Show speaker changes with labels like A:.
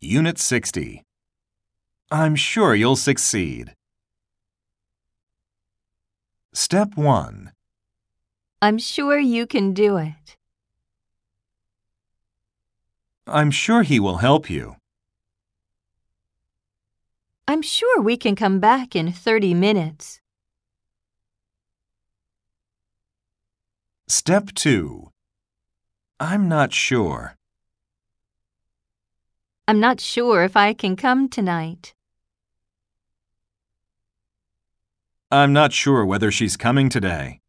A: Unit 60. I'm sure you'll succeed. Step 1.
B: I'm sure you can do it.
A: I'm sure he will help you.
B: I'm sure we can come back in 30 minutes.
A: Step 2. I'm not sure.
B: I'm not sure if I can come tonight.
A: I'm not sure whether she's coming today.